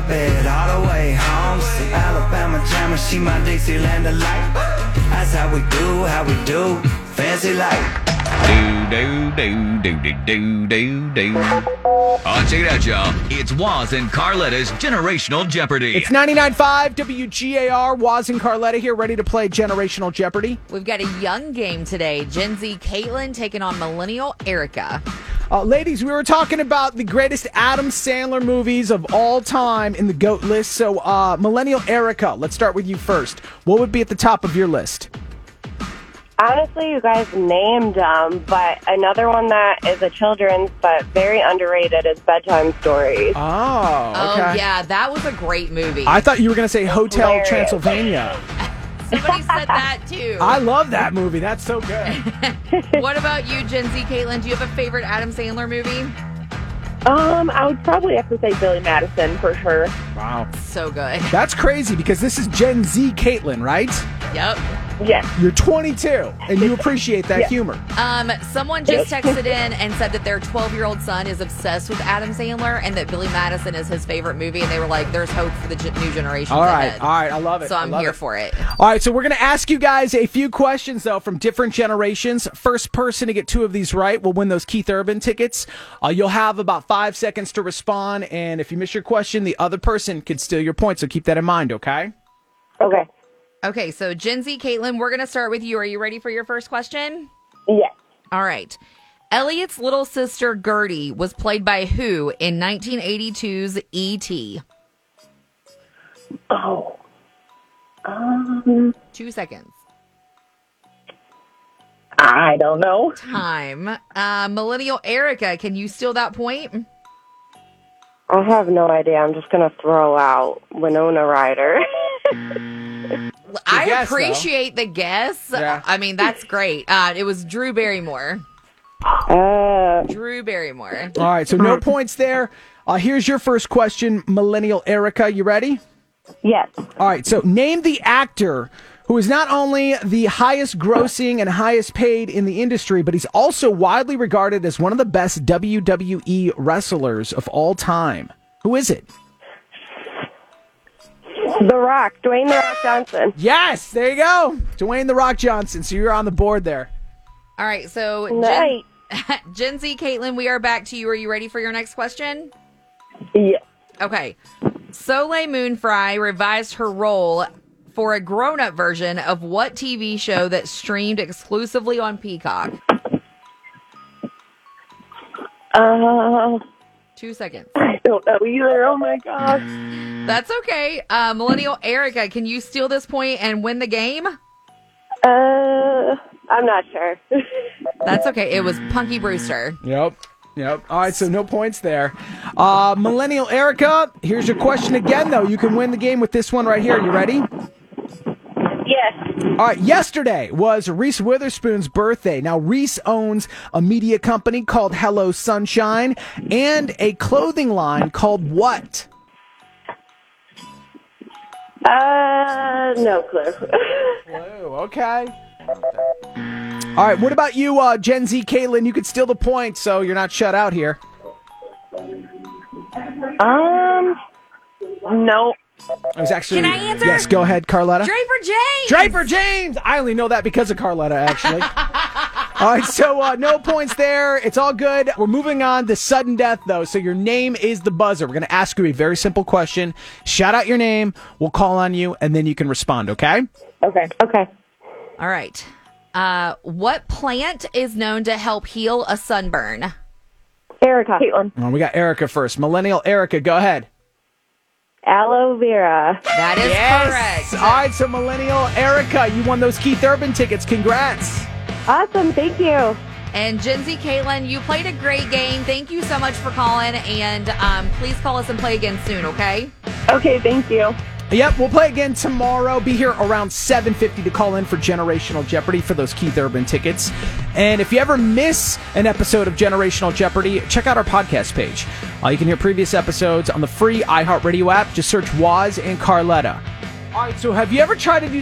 Girlbed all the way home. Some Alabama jammer, she my Dixieland delight. That's how we do, how we do. Fancy life. Do do do do do do do do. Oh, check it out, y'all! It's Waz and Carletta's generational Jeopardy. It's 99.5 WGAR. Waz and Carletta here, ready to play Generational Jeopardy. We've got a young game today. Gen Z Caitlin taking on millennial Erica. Uh, ladies, we were talking about the greatest Adam Sandler movies of all time in the GOAT list. So, uh, Millennial Erica, let's start with you first. What would be at the top of your list? Honestly, you guys named them, but another one that is a children's but very underrated is Bedtime Stories. Oh, Oh, yeah, that was a great movie. I thought you were going to say Hotel Hilarious. Transylvania. Somebody said that too. I love that movie. That's so good. what about you, Gen Z Caitlin? Do you have a favorite Adam Sandler movie? Um, I would probably have to say Billy Madison for sure. wow. So good. That's crazy because this is Gen Z Caitlin, right? Yep. Yes. You're 22 and you appreciate that humor. Um, someone just texted in and said that their 12 year old son is obsessed with Adam Sandler and that Billy Madison is his favorite movie. And they were like, there's hope for the ge- new generation. All right. All right. I love it. So I I'm love here it. for it. All right, so we're going to ask you guys a few questions, though, from different generations. First person to get two of these right will win those Keith Urban tickets. Uh, you'll have about five seconds to respond, and if you miss your question, the other person could steal your point, so keep that in mind, okay? Okay. Okay, so Gen Z Caitlin, we're going to start with you. Are you ready for your first question? Yes. All right. Elliot's little sister Gertie was played by who in E 1982's E.T.? Oh. Um, Two seconds. I don't know. Time. Uh, Millennial Erica, can you steal that point? I have no idea. I'm just gonna throw out Winona Ryder. I guess, though. appreciate the guess. Yeah. I mean, that's great. Uh, it was Drew Barrymore. uh, Drew Barrymore. All right, so no points there. Uh, here's your first question, Millennial Erica. You ready? yes. All right, so name the actor who is not only the highest grossing and highest paid in the industry, but he's also widely regarded as one of the best WWE wrestlers of all time. Who is it? The Rock, Dwayne The Rock Johnson. Yes, there you go. Dwayne The Rock Johnson. So you're on the board there. All right, so Night. Gen-, Gen Z Caitlin, we are back to you. Are you ready for your next question? Yes. Okay. Soleil Moon Frye revised her role for a grown up version of what TV show that streamed exclusively on Peacock? Uh, Two seconds. I don't know either. Oh my gosh. That's okay. Uh, Millennial Erica, can you steal this point and win the game? Uh, I'm not sure. That's okay. It was Punky Brewster. Yep. Yep. All right, so no points there. Uh, Millennial Erica, here's your question again, though. You can win the game with this one right here. You ready? yes. All right, yesterday was Reese Witherspoon's birthday. Now, Reese owns a media company called Hello Sunshine and a clothing line called What? Uh, no clue. Oh, okay. All right, what about you, uh, Gen Z Caitlin? You could steal the point, so you're not shut out here. um, no. I was actually. Can I answer? Yes, go ahead, Carletta. Draper James! Draper James. I only know that because of Carletta, actually. all right, so uh, no points there. It's all good. We're moving on to sudden death, though. So your name is the buzzer. We're going to ask you a very simple question. Shout out your name. We'll call on you, and then you can respond. Okay? Okay. Okay. All right. Uh, what plant is known to help heal a sunburn? Erica. Caitlin. Well, we got Erica first. Millennial Erica, go ahead. Aloe vera. That is Yes. correct. All right, so Millennial Erica, you won those Keith Urban tickets. Congrats. Awesome. Thank you. And Gen Z Caitlin, you played a great game. Thank you so much for calling. And um, please call us and play again soon, okay? Okay. Thank you. Yep, we'll play again tomorrow. Be here around 7:50 to call in for Generational Jeopardy for those Keith Urban tickets. And if you ever miss an episode of Generational Jeopardy, check out our podcast page. Uh, you can hear previous episodes on the free iHeartRadio app. Just search Waz and Carletta. All right, so have you ever tried to do